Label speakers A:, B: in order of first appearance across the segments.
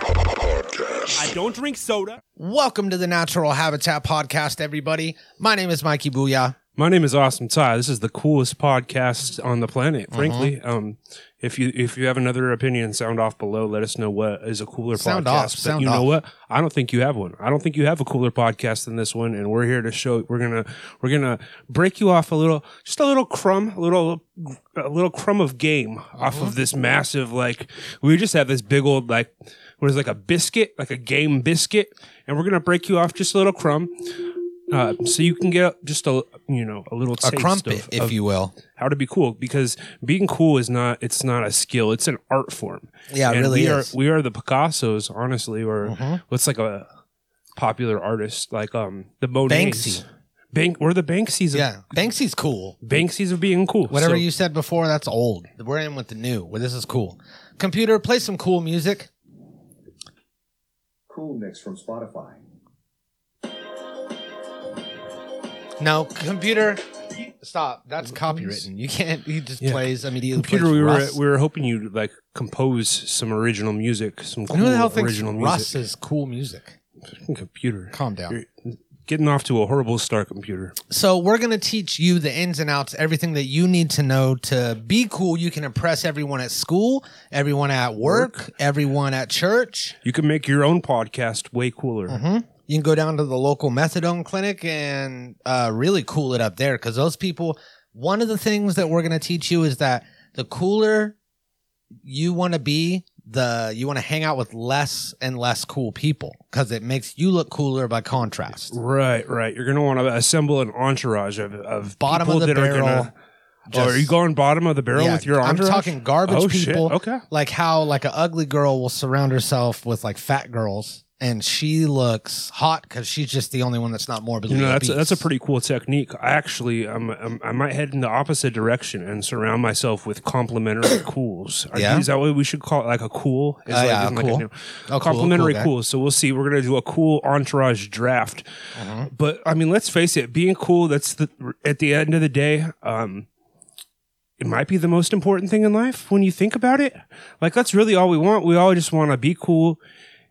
A: I don't drink soda.
B: Welcome to the Natural Habitat Podcast, everybody. My name is Mikey Booyah.
A: My name is Awesome Ty. This is the coolest podcast on the planet,
B: Uh-huh.
A: frankly. Um, if you if you have another opinion, sound off below. Let us know what is a cooler
B: Sound
A: podcast.
B: off,
A: but
B: sound
A: you
B: off.
A: know what? I don't think you have one. I don't think you have a cooler podcast than this one. And we're here to show. We're gonna we're gonna break you off a little, just a little crumb, a little a little crumb of game off of
B: Oh.
A: this massive like. We just have this big old like. What is it, like a biscuit, like a game biscuit, and we're gonna break you off just a little crumb, uh, so you can get just a you know a little
B: A
A: taste
B: crumpet,
A: of,
B: if
A: of
B: you will.
A: how to be cool because being cool is not it's not a skill it's an art form
B: Yeah, it
A: And
B: really
A: we
B: is. Mm-hmm.
A: are we are the picassos honestly or what's like a popular artist like um the Monets.
B: Banksy.
A: bank we're the banksy's of,
B: Yeah, Banksy's cool.
A: banksy's of being cool
B: Whatever
A: So-
B: you said before, that's old. We're in with the new. Well, this is cool. Computer, play some cool music.
C: Cool mix from Spotify.
B: No, computer, stop. That's copywritten. You can't. He just
A: Yeah.
B: plays immediately.
A: computer
B: plays
A: we were
B: Russ.
A: we were hoping you'd like compose some original music some cool
B: Who the hell thinks
A: original
B: Russ
A: music
B: is cool music?
A: computer
B: Calm down.
A: You're getting off to a horrible start computer
B: So we're going to teach you the ins and outs, everything that you need to know to be cool. You can impress everyone at school, everyone at work, everyone at church.
A: you can make your own podcast way cooler
B: You can go down to the local methadone clinic and uh, really cool it up there because those people. One of the things that we're going to teach you is that the cooler you want to be, the you want to hang out with less and less cool people because it makes you look cooler by contrast.
A: Right, right. You're gonna want to assemble an entourage of, of
B: Bottom
A: people
B: of the
A: that
B: barrel,
A: Are gonna, oh, are
B: just-
A: you going bottom of the barrel
B: Yeah,
A: with your
B: I'm
A: entourage?
B: talking garbage
A: oh,
B: people.
A: Shit. Okay.
B: like how like an ugly girl will surround herself with like fat girls and she looks hot because she's just the only one that's not morbidly
A: You know that's
B: obese.
A: a, that's a pretty cool technique. I actually, I'm, I'm, I might head in the opposite direction and surround myself with complementary cools. Are
B: Yeah?
A: is that what we should call it? Like a cool? Is
B: Uh,
A: like,
B: yeah,
A: isn't
B: a
A: like
B: cool.
A: new-
B: cool,
A: complimentary
B: cool guy.
A: cool, So we'll see. We're gonna do a cool entourage draft.
B: Mm-hmm.
A: But I mean, let's face it. Being cool. That's the at the end of the day. Um, it might be the most important thing in life when you think about it. Like that's really all we want. We all just want to be cool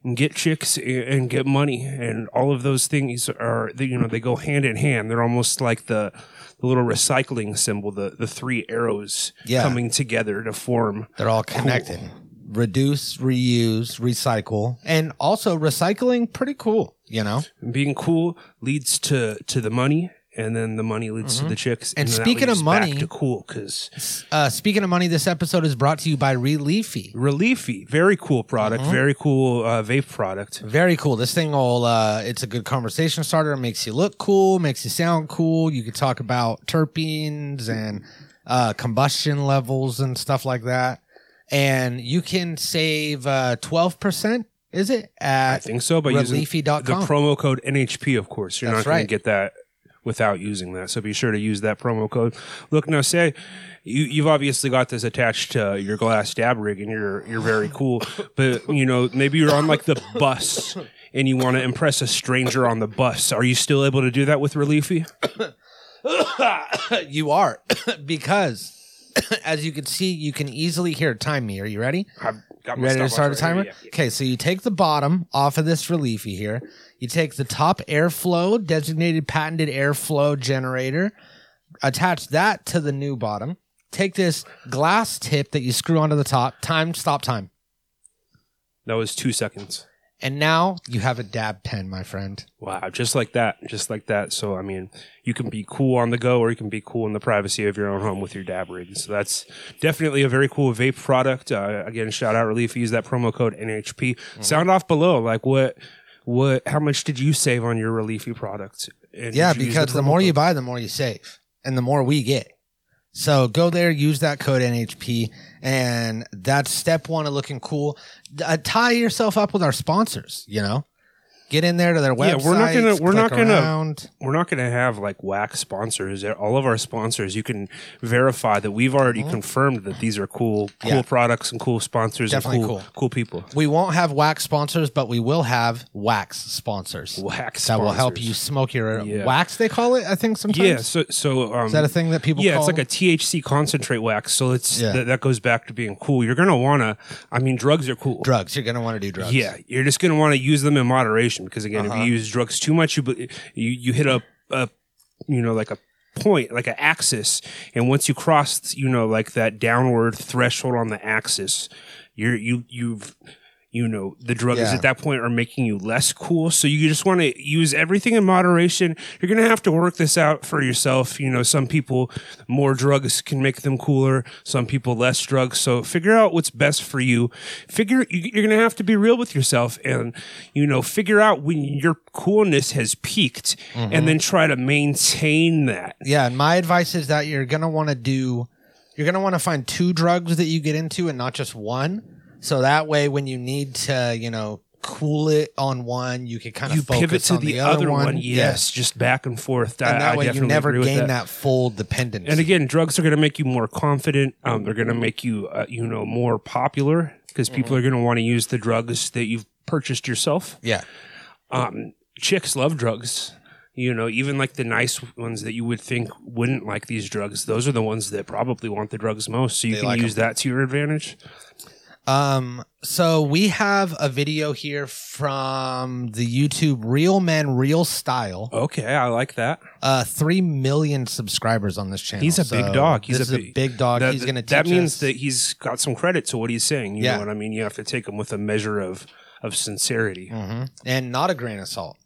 A: and get chicks and, and get money, and all of those things are they- you know they go hand in hand. They're almost like the the little recycling symbol, the the three arrows
B: Yeah.
A: coming together to form.
B: they're all connected reduce reuse recycle and also recycling pretty cool you know
A: being cool leads to to the money and then the money leads to the chicks
B: Mm-hmm. And
A: then that
B: speaking of
A: leads back
B: money-
A: to cool because
B: uh, speaking of money this episode is brought to you by reliefy
A: reliefy very cool product
B: Mm-hmm.
A: very cool uh, vape product
B: very cool this thing will uh, it's a good conversation starter It makes you look cool makes you sound cool you could talk about terpenes and uh, combustion levels and stuff like that and you can save uh, 12% is it
A: i
B: at
A: think so by using
B: reliefy.com.
A: the promo code nhp of course you're
B: That's
A: not going
B: right.
A: to get that without using that so be sure to use that promo code look now say you, you've obviously got this attached to your glass dab rig and you're you're very cool but you know maybe you're on like the bus and you want to impress a stranger on the bus are you still able to do that with reliefy
B: you are because as you can see you can easily hear time me are you ready
A: I've got
B: You
A: my
B: ready to
A: stopwatch
B: start a
A: right
B: timer?
A: here, yeah.
B: Okay, so you take the bottom off of this reliefy here. You take the top airflow, designated patented airflow generator, attach that to the new bottom. Take this glass tip that you screw onto the top, time, stop time.
A: That was two seconds.
B: And now you have a dab pen, my friend.
A: Wow, just like that, just like that. So I mean, you can be cool on the go, or you can be cool in the privacy of your own home with your dab rig. So that's definitely a very cool vape product. Uh, again, shout out Relief. Use that promo code NHP.
B: Mm-hmm.
A: Sound off below. Like what, what? How much did you save on your Reliefy product? And
B: Yeah,
A: did you use
B: because the
A: promo
B: more you
A: code?
B: buy, the more you save, and the more we get. So go there, use that code NHP, and that's step one of looking cool. D- Uh, tie yourself up with our sponsors. You know, Get in there to their
A: Yeah,
B: website.
A: we're not gonna- we're not gonna-
B: Around.
A: We're not going to have like whack sponsors. All of our sponsors, you can verify that we've already confirmed that these are cool, cool
B: Mm-hmm. Yeah.
A: products and cool sponsors
B: Definitely
A: and cool,
B: cool.
A: cool, people.
B: We won't have wax sponsors, but we will have wax sponsors.
A: Whack
B: That will help you
A: sponsors.
B: smoke your
A: Yeah.
B: wax. They call it, I think. Sometimes
A: Yeah. So, so um,
B: is that a thing that people?
A: yeah,
B: call
A: it's like a THC concentrate wax. So it's
B: Yeah.
A: that that goes back to being cool. You're gonna wanna. I mean, drugs are cool.
B: drugs. You're gonna want to do drugs.
A: Yeah, you're just gonna want to use them in moderation because again, if
B: Uh-huh.
A: you use drugs too much, you be- you you hit a, a you know like a point like an axis, and once you cross you know like that downward threshold on the axis, you're you you've you know the drugs
B: Yeah.
A: at that point are making you less cool so you just want to use everything in moderation you're gonna have to work this out for yourself you know some people more drugs can make them cooler some people less drugs so figure out what's best for you figure you- you're gonna have to be real with yourself and you know figure out when your coolness has peaked and then try to maintain that
B: yeah and my advice is that you're gonna want to do you're gonna want to find two drugs that you get into and not just one so that way when you need to you know cool it on one you can kind of
A: you
B: focus
A: pivot to
B: on
A: the,
B: the,
A: other, one,
B: Yeah.
A: yes just back and forth I-
B: and that
A: I
B: way you
A: definitely
B: never
A: agree with
B: gain that.
A: that
B: full dependence
A: And again, drugs are going to make you more confident. Um, they're going to make you, uh, you know, more popular because
B: Mm-hmm.
A: people are going to want to use the drugs that you've purchased yourself.
B: yeah
A: Um, chicks love drugs. You know, even like the nice ones that you would think wouldn't like these drugs, those are the ones that probably want the drugs most. So you
B: They
A: can
B: like
A: use that to your advantage.
B: um so we have a video here from the youtube real men real style
A: Okay, I like that.
B: uh 3 million subscribers on this channel
A: He's a
B: So
A: big dog. He's
B: this
A: a
B: is
A: big-
B: big dog
A: that
B: Uh, he's gonna teach
A: that means
B: us-
A: that he's got some credit to what he's saying. You
B: Yeah.
A: know what I mean? You have to take him with a measure of of sincerity.
B: Mhm. and not a grain of salt.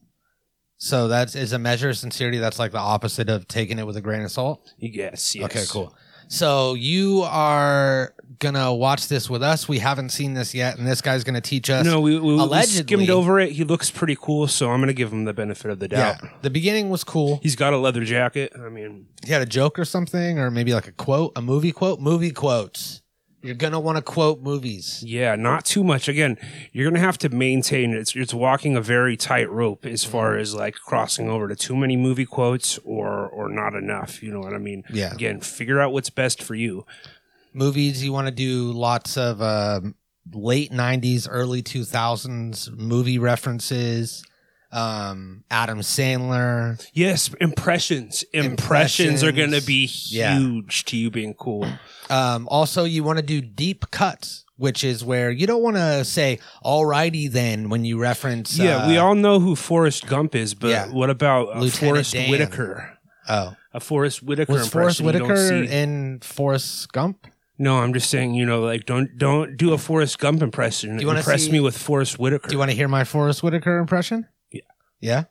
B: So that is a measure of sincerity. That's like the opposite of taking it with a grain of salt.
A: Yes. Yes.
B: Okay, cool. So you are gonna watch this with us. We haven't seen this yet, and this guy's gonna teach us.
A: No, we, we, we
B: Allegedly.
A: skimmed over it. He looks pretty cool, so I'm going to give him the benefit of the
B: yeah,
A: doubt.
B: the beginning was cool.
A: He's got a leather jacket. I mean,
B: He had a joke or something, or maybe like a quote, a movie quote, movie quotes. You're gonna want to quote movies.
A: yeah, not too much. Again, you're going to have to maintain it's it's walking a very tight rope as
B: Mm-hmm.
A: far as like crossing over to too many movie quotes or or not enough, you know what I mean?
B: Yeah,
A: Again, figure out what's best for you.
B: movies. You want to do lots of um late '90s, early 2000s movie references. Um, Adam Sandler.
A: Yes, impressions. Impressions, are going to be
B: Yeah.
A: huge to you being cool.
B: Um, also, you want to do deep cuts, which is where you don't want to say "alrighty then" when you reference.
A: yeah,
B: uh,
A: we all know who Forrest Gump is, but
B: Yeah.
A: what about uh,
B: Lieutenant
A: Forrest
B: Dan.
A: Whitaker?
B: Oh,
A: A Forrest Whitaker
B: was Forrest
A: impression you don't
B: Whitaker
A: see.
B: in Forrest Gump?
A: No, I'm just saying, you know, like don't don't do a Forrest Gump impression.
B: Do you wanna
A: Impress
B: see-
A: me with Forrest Whitaker.
B: Do you want to hear my Forrest Whitaker impression?
A: Yeah.
B: Yeah.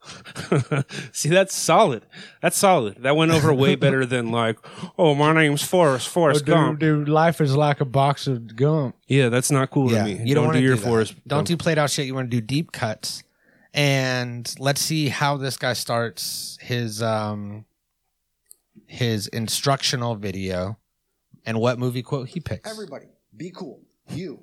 A: see, that's solid. That's solid. That went over way better than like, oh, my name's Forrest
B: Oh,
A: Forrest
C: Oh,
A: Gump.
C: dude, life is like a box of gum.
A: Yeah, that's not cool
B: Yeah,
A: to me.
B: you don't wanna
A: do your
B: do that.
A: Forrest.
B: Don't
A: Gump.
B: do played out shit. You want to do deep cuts, and let's see how this guy starts his um his instructional video, and what movie quote he picks.
D: Everybody, be cool. You,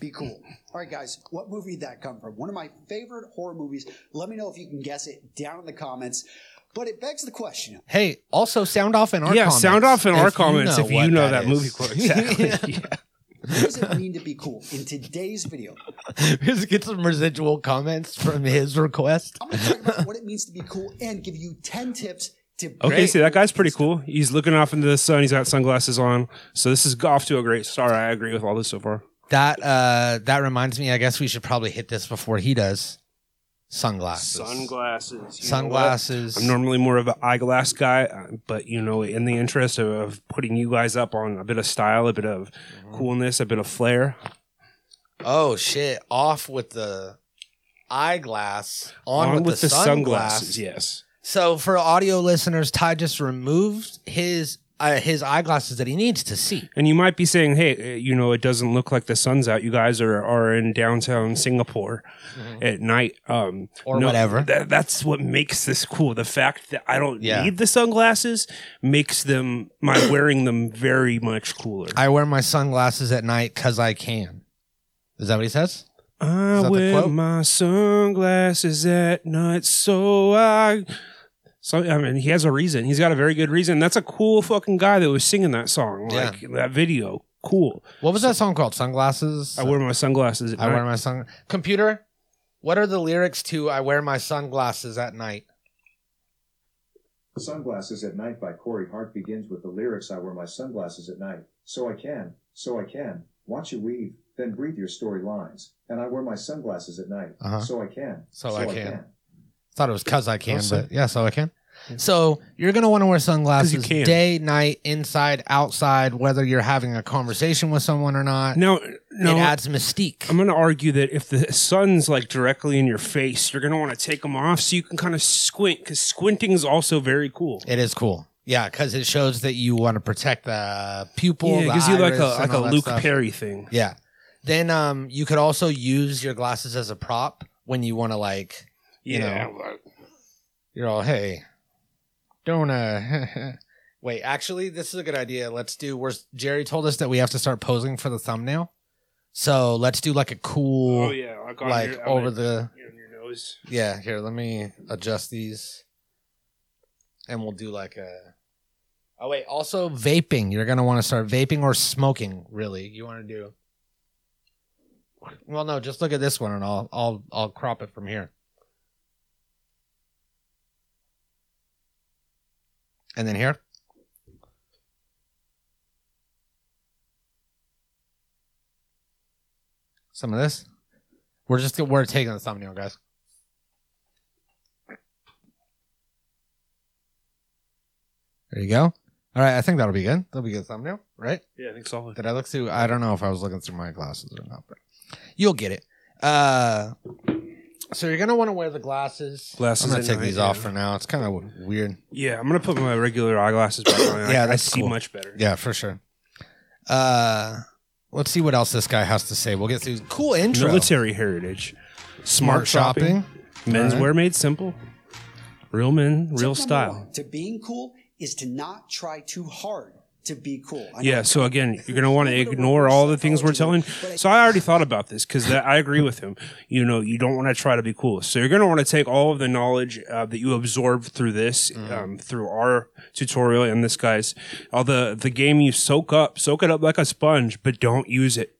D: be cool. All right, guys, what movie did that come from? One of my favorite horror movies. Let me know if you can guess it down in the comments. But it begs the question.
B: Hey, also sound off in our
A: yeah,
B: comments.
A: sound off in
B: if
A: our
B: you
A: comments if
B: what
A: you know that,
B: is.
A: movie quote. Exactly. Yeah.
D: What does it mean to be cool? In today's video,
B: Just get some residual comments from his request.
D: I'm going to talk about what it means to be cool and give you 10 tips to be
A: Okay,
B: Great.
A: see that guy's pretty cool. He's looking off into the sun. He's got sunglasses on. So this is off to a great start. I agree with all this so far.
B: That uh that reminds me, I guess we should probably hit this before he does. Sunglasses.
A: Sunglasses. you know what?
B: Sunglasses.
A: I'm normally more of an eyeglass guy, uh, but you know, in the interest of, of putting you guys up on a bit of style, a bit of coolness, a bit of flair,
B: oh shit. Off with the eyeglass. On, with, the, sunglasses.
A: yes.
B: So for audio listeners, Ty just removed his uh, his eyeglasses that he needs to see.
A: And you might be saying, "Hey, uh, you know, it doesn't look like the sun's out. You guys are are in downtown Singapore at night, um,
B: Mm-hmm. Or whatever.
A: tha- that's what makes this cool. The fact that I don't
B: Yeah.
A: need the sunglasses makes them my wearing them very much cooler.
B: I wear my sunglasses at night because I can. Is that what he says?
A: I
B: that the
A: wear
B: quote?
A: my sunglasses at night, so I. So I mean, he has a reason. He's got a very good reason. That's a cool fucking guy that was singing that song,
B: Yeah.
A: like that video. Cool.
B: What was that song called? Sunglasses.
A: I wear my sunglasses at
B: I
A: night.
B: wear my sun. Computer. What are the lyrics to "I wear my sunglasses at night"?
E: Sunglasses at Night by Corey Hart begins with the lyrics I wear my sunglasses at night, so I can, so I can, watch you weave, then breathe your storylines, and I wear my sunglasses at night,
B: Uh-huh.
E: so I can,
B: So I can. Thought it was "cause I can," but yeah, so I can.
A: Yeah.
B: So you're gonna want to wear sunglasses
A: can.
B: day, night, inside, outside, whether you're having a conversation with someone or not.
A: Now,
B: it
A: no,
B: adds mystique.
A: I'm going to argue that if the sun's like directly in your face, you're going to want to take them off so you can kind of squint because squinting is also very cool.
B: It is cool. Yeah, because it shows that you want to protect the pupil.
A: yeah,
B: the
A: it gives you like a
B: iris, and
A: like a
B: all that
A: Luke
B: stuff.
A: Perry thing.
B: Yeah. Then um, you could also use your glasses as a prop when you want to like You
A: Yeah,
B: you're all hey, don't uh. Wait, actually, this is a good idea. Let's do. We're Jerry told us that we have to start posing for the thumbnail, so let's do like a cool
A: oh yeah, I got
B: like
A: your, I
B: over
A: got
B: the
A: your- your nose.
B: yeah. Here, let me adjust these, and we'll do like a. Oh wait, also vaping. You're gonna want to start vaping or smoking. Really, you want to do. Well, no, just look at this one, and I'll I'll I'll crop it from here. And then here. Some of this. We're just we're taking the thumbnail, guys. There you go. All right, I think that'll be good. That'll be a good thumbnail, right?
A: Yeah, I think solid.
B: Did I look through? I don't know if I was looking through my glasses or not, but you'll get it. Uh, so you're gonna want to wear the glasses.
A: Glasses
B: I'm gonna
A: at
B: take
A: night,
B: these
A: yeah.
B: off for now. It's kind of weird.
A: Yeah, I'm gonna put my regular eyeglasses back on.
B: Yeah,
A: yeah, I, I
B: that's
A: see
B: cool.
A: much better.
B: Yeah, for sure. Uh, let's see what else this guy has to say. We'll get through. Cool intro.
A: Military heritage, smart,
B: Smart
A: shopping,
B: shopping.
A: men's
B: Alright.
A: wear made simple, real men, real
D: Tip number
A: style.
D: one to being cool is to not try too hard to be cool. I know
A: Yeah, so again, you're going to want to ignore all the things we're telling. So I already thought about this because I agree with him. You know, you don't want to try to be cool. So you're going to want to take all of the knowledge uh, that you absorb through this,
B: Mm-hmm.
A: um, through our tutorial and this guy's, all the, the game you soak up, soak it up like a sponge, but don't use it.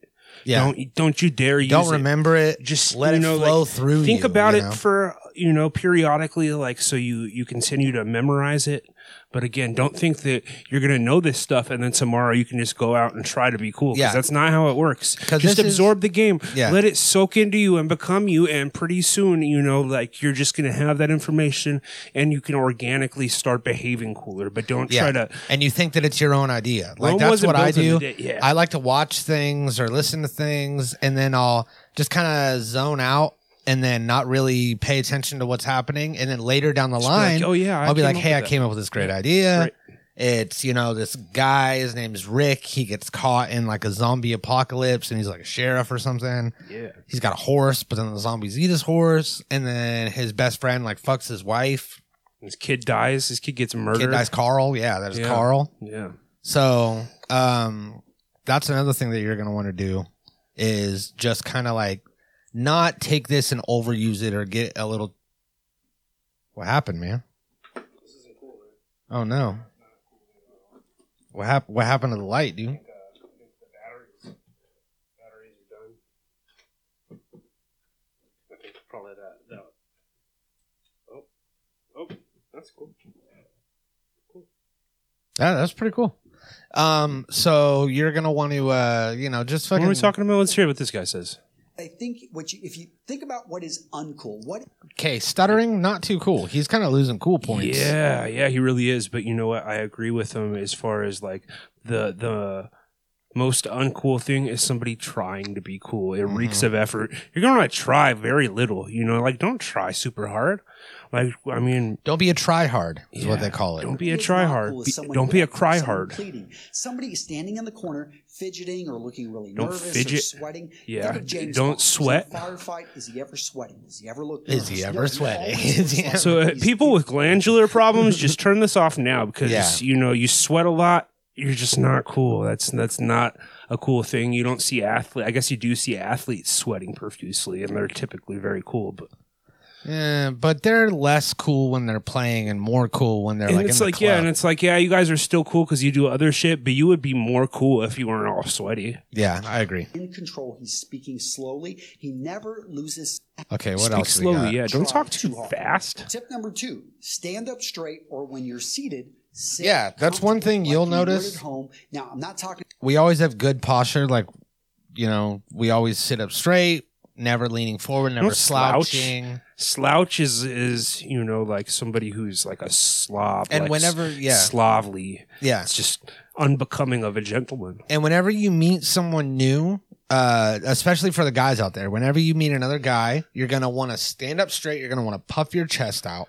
B: Yeah.
A: Don't, don't you dare use
B: Don't
A: it
B: remember it.
A: just
B: let
A: you
B: it
A: know,
B: flow
A: like,
B: through.
A: Think
B: you,
A: about
B: you
A: it
B: know?
A: for you know periodically, like so you you continue to memorize it. But again, don't think that you're going to know this stuff and then tomorrow you can just go out and try to be cool. 'cause
B: Yeah.
A: that's not how it works.
B: 'Cause
A: Just
B: this is-
A: absorb the game.
B: Yeah.
A: Let it soak into you and become you. And pretty soon, you know, like you're just going to have that information and you can organically start behaving cooler. But don't
B: Yeah.
A: try to.
B: and you think that it's your own idea. Like
A: Rome
B: that's
A: wasn't
B: what I
A: built in
B: do.
A: a day- yeah.
B: I like to watch things or listen to things, and then I'll just kind of zone out and then not really pay attention to what's happening. And then later down the
A: Just be like,
B: line,
A: "Oh, yeah, I
B: I'll be
A: came
B: like,
A: up
B: hey,
A: with
B: I
A: that."
B: came up with this great
A: Yeah.
B: idea.
A: Right.
B: It's you know this guy. His name is Rick. He gets caught in like a zombie apocalypse, and he's like a sheriff or something
A: Yeah.
B: he's got a horse, but then the zombies eat his horse, and then his best friend like fucks his wife.
A: His kid dies. His kid gets
B: Kid
A: murdered.
B: dies Carl. Yeah, that is
A: Yeah.
B: Carl.
A: Yeah.
B: So um that's another thing that you're gonna want to do is just kind of like not take this and overuse it or get a little What happened, man? Oh no. What happened what happened to the light, dude?
A: batteries are done. I think probably that. that. Oh, oh, that's cool.
B: Yeah, that's pretty cool. Um, so you're gonna want to uh, you know, just
A: What
B: fucking
A: are we talking about? Let's hear what this guy says.
D: I think what you, if you think about what is uncool, what
B: Okay, stuttering, not too cool. He's kind of losing cool points.
A: Yeah, yeah, he really is. But you know what? I agree with him as far as like the the most uncool thing is somebody trying to be cool. It
B: Mm-hmm.
A: reeks of effort. You're gonna try very little. You know, like don't try super hard. Like I mean,
B: Don't be a tryhard, is what
A: Yeah,
B: they call it.
A: don't be a
D: is not
A: try hard.
D: cool is someone
A: Don't be a
D: yelling,
A: cry
D: someone
A: hard.
D: pleading. Somebody standing in the corner fidgeting or looking really
A: Don't
D: nervous or
A: fidget.
D: sweating.
A: Yeah,
D: Think of James
A: don't
D: Bond. He's in
A: sweat.
D: a Firefight. Is he ever sweating? Is he ever looking?
B: Is he
D: nervous?
B: ever
D: No, he
B: sweating?
D: always
B: Is he
D: looks like
A: So uh,
D: he's-
A: people with glandular problems, just turn this off now because
B: Yeah.
A: you know you sweat a lot. you're just not cool. That's that's not a cool thing. You don't see athlete. I guess you do see athletes sweating profusely, and they're typically very cool. But
B: Yeah, but they're less cool when they're playing and more cool when they're
A: and
B: like
A: it's
B: in
A: like
B: the
A: yeah,
B: club.
A: and it's like yeah, you guys are still cool because you do other shit, but you would be more cool if you weren't all sweaty.
B: yeah, I agree.
D: in control. He's speaking slowly. He never loses.
B: Okay, what
A: Speak
B: else? we
A: slowly.
B: got?
A: Yeah, don't
D: Try
A: talk too
D: too hard.
A: fast.
D: Tip number two: stand up straight, or when you're seated. Sit
B: Yeah, that's one thing
D: comfortably
B: you'll
D: like you would
B: notice.
D: At home. Now, I'm not talking
B: we always have good posture. Like, you know, we always sit up straight, never leaning forward, never
A: Don't slouch.
B: slouching.
A: Slouch is is you know like somebody who's like a slob
B: And
A: like,
B: whenever, yeah,
A: Slavly.
B: yeah,
A: It's just unbecoming of a gentleman.
B: and whenever you meet someone new, uh, especially for the guys out there, whenever you meet another guy, you're gonna want to stand up straight. You're gonna want to puff your chest out.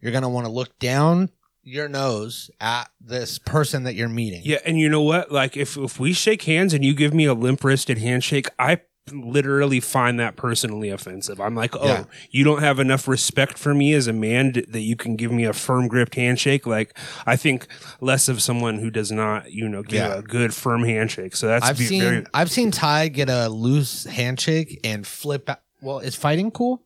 B: You're gonna want to look down your nose at this person that you're meeting.
A: Yeah, and you know what? Like if if we shake hands and you give me a limp wristed handshake, I literally find that personally offensive. I'm like, oh,
B: Yeah.
A: you don't have enough respect for me as a man d- that you can give me a firm gripped handshake. Like I think less of someone who does not, you know, give
B: Yeah.
A: a good firm handshake. So that's
B: I've
A: be-
B: seen
A: very.
B: I've seen Ty get a loose handshake and flip. Out. Well, is fighting cool?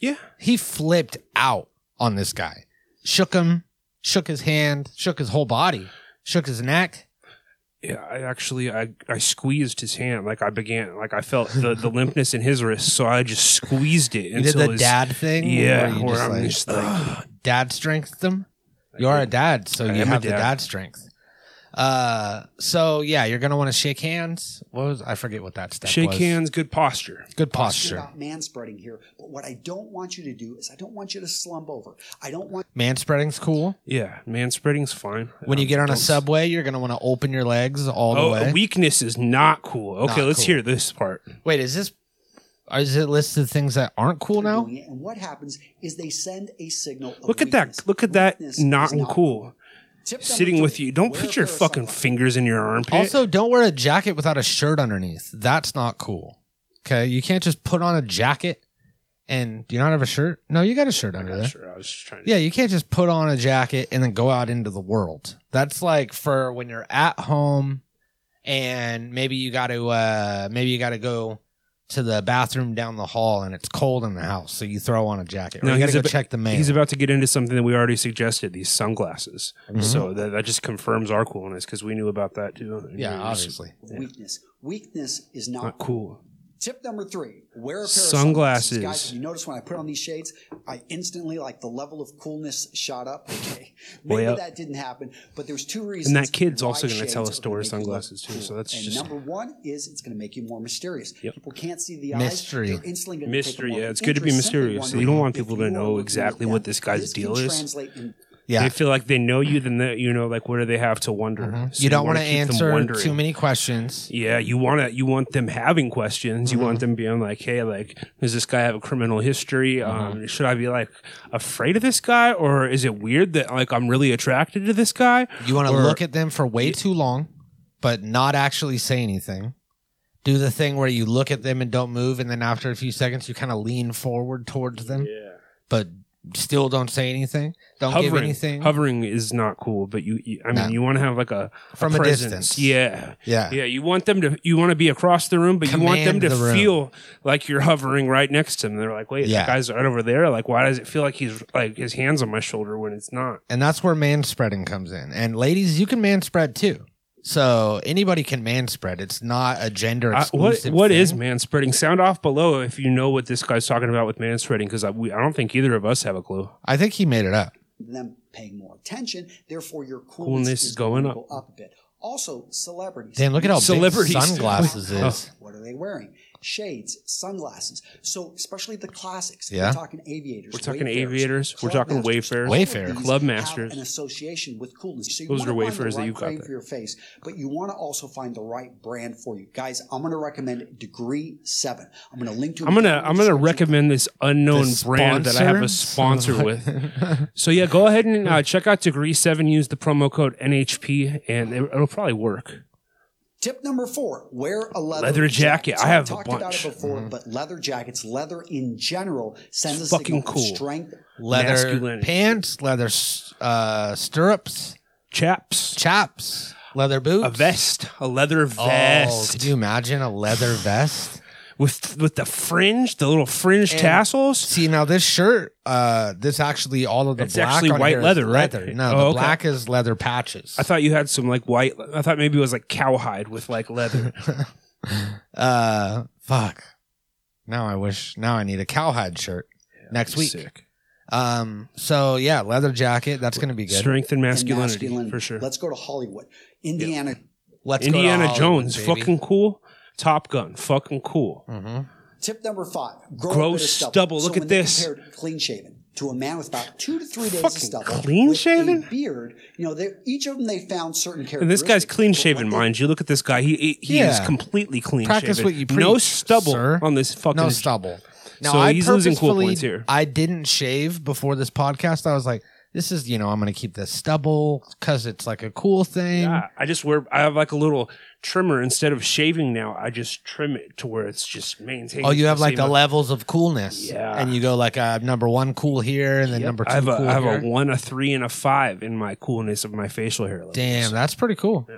A: Yeah.
B: he flipped out on this guy, shook him, shook his hand, shook his whole body, shook his neck.
A: Yeah, I actually I, I squeezed his hand like I began like I felt the, the limpness in his wrist, so I just squeezed it
B: You did
A: until
B: the
A: his-
B: dad thing,
A: Yeah,
B: where you
A: where
B: just
A: I'm
B: like,
A: just like-
B: "Ugh," dad strength them. You are a dad, so
A: I
B: you
A: am a
B: have the
A: dad.
B: dad strength. Uh, so yeah, you're gonna want to shake hands. What was I forget what that step
A: shake
B: was.
A: hands, good posture.
B: Good
D: Sure.
B: posture.
D: about man spreading here, but what I don't want you to do is I don't want you to slump over. I don't want
B: Man spreading's cool.
A: Yeah, man spreading's fine. Um,
B: When you get on a
A: Uh, Don't-
B: subway, you're gonna want to open your legs all
A: Oh,
B: the way.
A: weakness is not cool. Okay,
B: Not
A: let's
B: cool.
A: hear this part.
B: Wait, is this? Is it listed things that aren't cool
D: to
B: now?
D: doing it. And what happens is they send a signal. Of
A: Look at
D: weakness.
A: that. Look at that.
D: Weakness
A: Not
D: is
A: cool.
D: Tip number
A: Sitting with
D: three,
A: you. Don't
D: wear a
A: put your
D: pair of
A: fucking
D: sunglasses.
A: fingers in your armpit.
B: Also, don't wear a jacket without a shirt underneath. That's not cool. Okay, you can't just put on a jacket and do you not have a shirt? No, you got a shirt
A: I'm
B: under
A: not
B: there.
A: sure. I was just trying to.
B: Yeah, you can't just put on a jacket and then go out into the world. That's like for when you're at home and maybe you got to uh maybe you got to go to the bathroom down the hall and it's cold in the house, so you throw on a jacket. Or
A: No,
B: you got
A: he's
B: to go
A: a bit-
B: check the mail.
A: He's about to get into something that we already suggested these sunglasses.
B: Mhm.
A: So that, that just confirms our coolness because we knew about that too.
B: yeah,
A: It's
B: obviously.
D: Weakness. Weakness is not,
A: Not
D: cool.
A: cool.
D: Tip number three: wear a pair
A: Sunglasses.
D: of sunglasses. Guys, if you notice when I put on these shades, I instantly like the level of coolness shot up. Okay, maybe
A: Way up.
D: that didn't happen, but there's two reasons.
A: And that kid's
D: why
A: also going to
D: shades
A: tell
D: are
A: us to
D: gonna
A: wear
D: make you look
A: sunglasses too.
D: cool.
A: So that's
D: and
A: just
D: number one is it's going to make you more mysterious.
A: Yep.
D: People can't see the
B: Mystery.
D: eyes. They're instantly gonna take a
A: mystery.
D: more
A: Yeah, it's good to be
D: interest, simply
A: mysterious. You
D: wondering
A: don't want
D: if
A: people
D: you
A: to
D: are
A: know
D: looking at
A: exactly
D: them.
A: what this guy's
D: This can
A: deal is.
D: translate in-
B: Yeah.
A: They feel like they know you, then that you know, like what do they have to wonder?
B: Mhm.
A: So
B: You don't
A: wanna
B: want to
A: keep them
B: answer
A: wondering.
B: too many questions.
A: Yeah, you want to. You want them having questions. You
B: Mm-hmm.
A: want them being like, "Hey, like, does this guy have a criminal history?
B: Uh-huh.
A: Um, should I be like afraid of this guy, or is it weird that like I'm really attracted to this guy?"
B: You want to
A: Or-
B: look at them for way too long, but not actually say anything. Do the thing where you look at them and don't move, and then after a few seconds, you kind of lean forward towards them,
A: Yeah,
B: but still don't say anything. Don't give
A: hovering.
B: anything
A: Hovering is not cool, but you. you I mean,
B: No.
A: you want to have like a a
B: from a,
A: presence.
B: distance.
A: Yeah,
B: yeah,
A: yeah. You want them to. You want to be across the room, but you want them
B: Command
A: to
B: the room.
A: feel like you're hovering right next to them. They're like, "Wait,
B: Yeah.
A: that guy's right over there. Like, why does it feel like he's like his hands on my shoulder when it's not?"
B: And that's where man spreading comes in. And ladies, you can man spread too. So anybody can man spread. It's not a gender
A: I- what
B: exclusive.
A: what
B: thing.
A: is man spreading? Sound off below if you know what this guy's talking about with man spreading, because I, we- I don't think either of us have a clue.
B: I think he made it up.
D: them paying more attention. Therefore, your coolness,
A: Coolness is going
D: to
A: up.
D: go up a bit. Also, celebrities.
B: Damn, look at how
A: Celebrities.
B: big sunglasses is.
D: What are they wearing? Shades, sunglasses. So, especially the classics.
B: Yeah.
D: We're talking aviators.
A: We're talking
D: Wayfarers,
A: aviators. We're
D: club
A: talking
D: masters.
A: Wayfarers.
D: All of
B: Wayfarer.
D: these
A: Club
D: have
A: masters.
D: An association with coolness. So you
A: Those
D: wanna
A: are
D: find the
A: Wayfarers that
D: right
A: you've got
D: frame
A: there.
D: for your face, but you want to also find the right brand for you, guys. I'm going to recommend Degree Seven. I'm going to link to. it
A: I'm
D: in the
A: gonna I'm gonna
D: description.
A: recommend this unknown
B: The
A: brand that I have a
B: sponsor?
A: sponsor with. So yeah, go ahead and uh, check out Degree Seven. Use the promo code NHP, and it, it'll probably work.
D: Tip number four: wear a leather
A: Leather jacket. I
D: We
A: have a
D: talked about
A: bunch. Mm-hmm.
D: it before, but leather jackets, leather in general, sends
A: It's
D: a
A: fucking
D: signal of
A: cool.
D: strength.
B: leather
A: Masculinity.
B: pants, leather s- uh, stirrups,
A: Chaps,
B: chaps. leather boots,
A: A vest, a leather
B: Oh,
A: vest
B: could you imagine a leather vest?
A: with with the fringe, the little fringe
B: And-
A: tassels.
B: See now this shirt, uh, this actually all of the
A: It's
B: black
A: actually
B: on
A: white
B: here is
A: leather, right?
B: No,
A: Oh,
B: the
A: okay.
B: black is leather patches.
A: I thought you had some like white. I thought maybe it was like cowhide with like leather.
B: uh, fuck. Now I wish. Now I need a cowhide shirt next week.
A: Sick.
B: Um, so yeah, leather jacket. That's gonna be good.
A: Strength and
D: and
A: masculinity, for sure.
D: Let's go to Hollywood, Indiana.
B: Let's go to
A: Indiana
B: Hollywood,
A: Jones,
B: baby.
A: fucking cool. Top Gun, fucking cool.
B: Mhm.
D: Tip number five: grow
A: Grow
D: a bit of
A: stubble.
D: So
A: Look
D: when
A: at
D: they
A: this.
D: compared Clean shaven to a man with about two to three days
A: Fucking
D: of stubble.
A: clean
D: with a
A: shaven?
D: beard. You know, they each of them they found certain characteristics.
A: And this guy's clean
D: But
A: shaven,
D: one thing-
A: mind you. Look at this guy. He he, he is
B: Yeah.
A: completely clean
B: Practice
A: shaven.
B: what you
A: No
B: preach,
A: stubble
B: sir.
A: on this fucking.
B: No stubble. Now
A: So
B: I
A: he's losing cool
B: purposefully-
A: points here.
B: I didn't shave before this podcast. I was like, this is you know I'm gonna keep this stubble because it's like a cool thing.
A: Yeah, I just wear. I have like a little trimmer instead of shaving now. I just trim it to where it's just maintained.
B: Oh, you have
A: the
B: like
A: same
B: the
A: amount.
B: levels of coolness.
A: Yeah.
B: And you go like uh, number one cool here and then
A: Yep.
B: number two
A: I have, a,
B: cool
A: I have
B: here.
A: a one, a three, and a five in my coolness of my facial hair. levels.
B: Damn, that's pretty cool.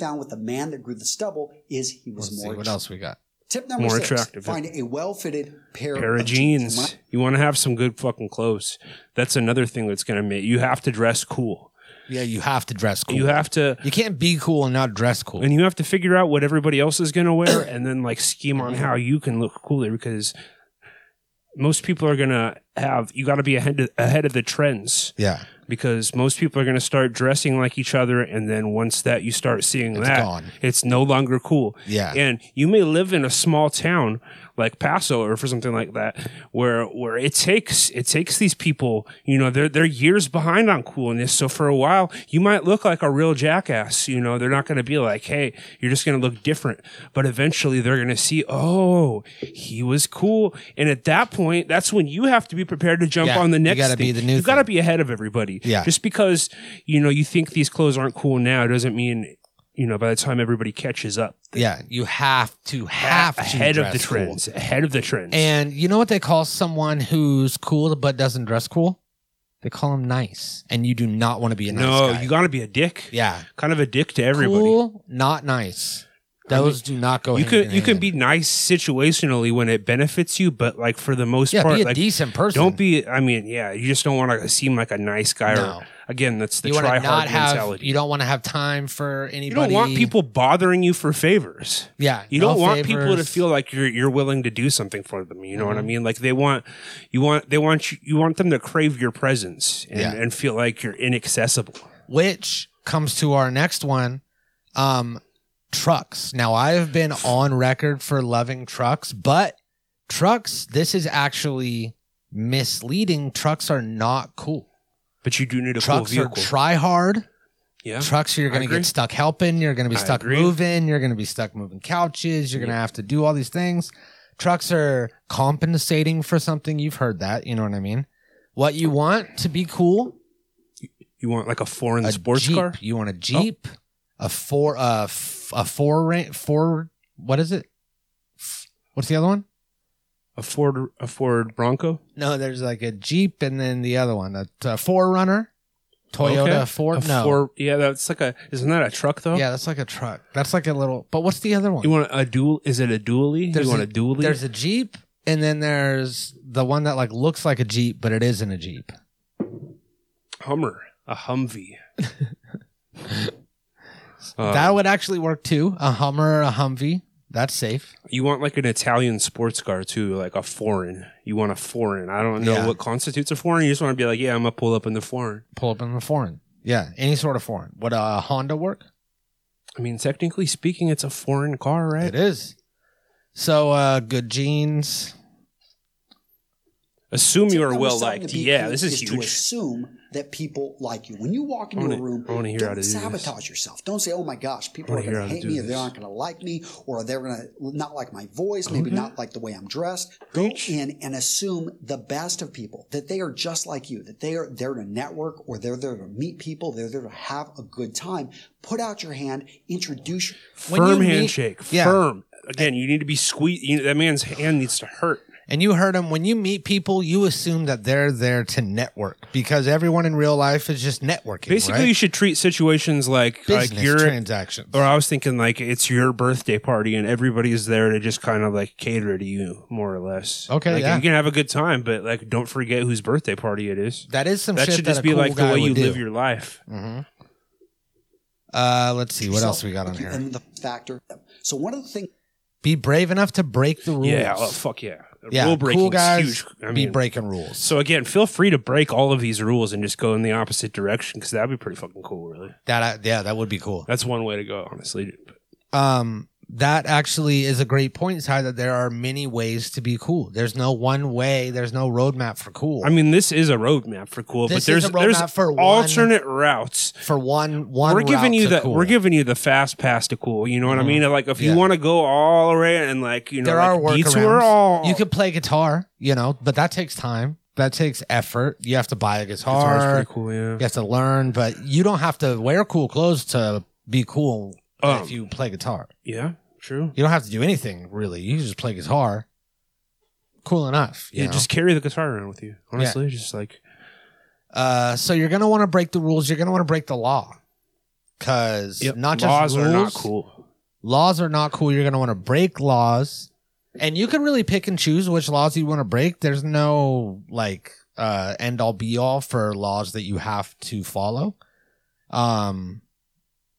D: found with the man that grew the stubble is he was
B: Let's see
D: more.
B: what else we got.
D: Tip number
A: More
D: six:
A: attractive.
D: find a well-fitted pair,
A: pair of
D: When
A: jeans. You want to have some good fucking clothes. That's another thing that's gonna make you have to dress cool.
B: Yeah, you have to dress cool.
A: You have to.
B: You can't be cool and not dress cool.
A: And you have to figure out what everybody else is going to wear and then like scheme on how you can look cooler because most people are going to have, you got to be ahead of, ahead of the trends
B: yeah,
A: because most people are going to start dressing like each other. And then once that you start seeing
B: It's
A: that,
B: gone.
A: it's no longer cool.
B: yeah.
A: And you may live in a small town like Paso or for something like that, where where it takes it takes these people, you know, they're they're years behind on coolness. So for a while, you might look like a real jackass. You know, they're not going to be like, hey, you're just going to look different. But eventually, they're going to see, oh, he was cool. And at that point, that's when you have to be prepared to jump
B: Yeah,
A: on the
B: you
A: next.
B: gotta
A: thing.
B: be the new
A: You got to
B: thing.
A: be ahead of everybody.
B: Yeah.
A: Just because you know you think these clothes aren't cool now doesn't mean. You know, by the time everybody catches up,
B: yeah, you have to have to
A: ahead of
B: dress
A: the
B: cool.
A: trends. Ahead of the trends.
B: And you know what they call someone who's cool but doesn't dress cool? They call him nice. And you do not want to be a nice
A: no,
B: guy.
A: you got to be a dick.
B: yeah.
A: Kind of a dick to everybody.
B: Cool, not nice.
A: I mean,
B: Those do not go
A: You
B: hand
A: can
B: in
A: you can
B: hand.
A: be nice situationally when it benefits you, but like for the most
B: yeah,
A: part,
B: be a
A: like
B: decent person.
A: don't be. I mean, yeah, you just don't want to seem like a nice guy.
B: No.
A: Or, again, that's the
B: you want
A: try
B: to
A: hard
B: not have.
A: mentality.
B: You don't want to have time for anybody.
A: You don't want people bothering you for favors.
B: Yeah,
A: You
B: no
A: don't want people to
B: favors. Mm-hmm.
A: feel like you're you're willing to do something for them. You know what I mean? Like they want you want they want you, you want them to crave your presence and,
B: Yeah.
A: and feel like you're inaccessible.
B: Which comes to our next one, um, trucks. Now I've been on record for loving trucks, but trucks. This is actually misleading. Trucks are not cool.
A: But you do need a cool
B: trucks are
A: vehicle.
B: try hard.
A: yeah.
B: Trucks, you're
A: I
B: going to
A: agree.
B: get stuck helping. You're going to be
A: I
B: stuck
A: agree.
B: moving. You're going to be stuck moving couches. You're going to have to do all these things. Trucks are compensating for something. You've heard that. You know what I mean? What you want to be cool?
A: you want like a foreign
B: A
A: sports
B: Jeep.
A: car?
B: You want a Jeep? A four, a, f- a four, ra- four, what is it? F- What's the other one?
A: A Ford a Ford Bronco?
B: No, there's like a Jeep and then the other one, a, a Forerunner, Toyota
A: Okay.
B: Four.
A: A
B: no.
A: Ford- yeah, that's like a isn't that a truck though?
B: Yeah, that's like a truck. That's like a little, but what's the other one?
A: You want a dual is it a dually?
B: There's
A: you want
B: a-
A: a, dually?
B: There's a Jeep, and then there's the one that like looks like a Jeep, but it isn't a Jeep.
A: Hummer. A Humvee. Uh,
B: that would actually work too. A Hummer, a Humvee. That's safe.
A: you want like an Italian sports car too, like a foreign. You want a foreign. I don't know
B: Yeah.
A: what constitutes a foreign. You just want to be like, yeah, I'm gonna pull up in the foreign.
B: Pull up in the foreign. Yeah, any sort of foreign. Would a Honda work?
A: I mean, technically speaking, it's a foreign car, right?
B: It is. So uh good jeans.
A: Assume
D: Tip
A: you are
D: number
A: well
D: seven to
A: liked.
D: be
A: Yeah,
D: cool
A: this is
D: To
A: huge.
D: assume that people like you when you walk
A: I
D: into a
A: wanna-
D: room.
A: I wanna hear how
D: don't
A: to do this.
D: sabotage yourself. Don't say, "Oh my gosh, people
A: wanna
D: are going
A: hear
D: to
A: how to
D: hate
A: do
D: me, or they're
A: this.
D: not going to like me, or they're going to not like my voice, maybe
A: Okay.
D: not like the way I'm dressed."
A: Preach.
D: Go in and assume the best of people that they are just like you, that they are there to network, or they're there to meet people, they're there to have a good time. Put out your hand, introduce.
B: When you
A: firm
B: meet-
A: handshake.
B: Yeah.
A: Firm. Again, you need to be squeeze. You know, that man's hand needs to hurt.
B: And you heard them when you meet people, you assume that they're there to network because everyone in real life is just networking.
A: Basically,
B: right?
A: you should treat situations like
B: business
A: like you're
B: transactions.
A: or I was thinking like it's your birthday party and everybody's there to just kind of like cater to you more or less.
B: Okay,
A: like,
B: yeah.
A: you can have a good time, but like don't forget whose birthday party it is.
B: that is some
A: that
B: shit
A: should
B: that
A: just
B: a
A: be
B: cool
A: like the
B: guy
A: way
B: would
A: you
B: do.
A: live your Mm-hmm. life.
B: hmm Uh, let's see what else we got on
D: Yourself,
B: here.
D: And the factor. So one of the things
B: Be brave enough to break the rules.
A: Yeah, oh, fuck yeah,
B: Yeah,
A: rule
B: cool
A: breaking
B: guys.
A: huge. I
B: be
A: mean,
B: breaking rules.
A: so again, feel free to break all of these rules and just go in the opposite direction because that'd be pretty fucking cool. Really,
B: that I, yeah, that would be cool.
A: that's one way to go, honestly.
B: um that actually is a great point Ty, that there are many ways to be cool there's no one way there's no roadmap for cool
A: I mean, this is a roadmap for cool,
B: This
A: but there's
B: is a
A: there's
B: roadmap for one-
A: alternate routes
B: for one one
A: we're giving
B: route
A: you
B: to
A: the
B: cool.
A: we're giving you the fast pass to cool. You know what
B: Mhm.
A: I mean? Like if
B: Yeah.
A: you want to go all around and like you know
B: there
A: like
B: are
A: detour
B: workarounds
A: all
B: you could play guitar you know but that takes time that takes effort you have to buy a guitar,
A: Guitar's pretty cool, yeah.
B: you have to learn but you don't have to wear cool clothes to be cool
A: Um,
B: if you play guitar
A: yeah, true.
B: you don't have to do anything really you just play guitar cool enough you
A: Yeah,
B: know?
A: just carry the guitar around with you. Honestly, just like
B: Uh, so you're gonna want to break the rules. You're gonna want to break the law, because
A: yep,
B: not just
A: laws
B: rules,
A: are not cool.
B: Laws are not cool. You're gonna want to break laws, and you can really pick and choose which laws you want to break. There's no like uh, end all be all for laws that you have to follow. Um,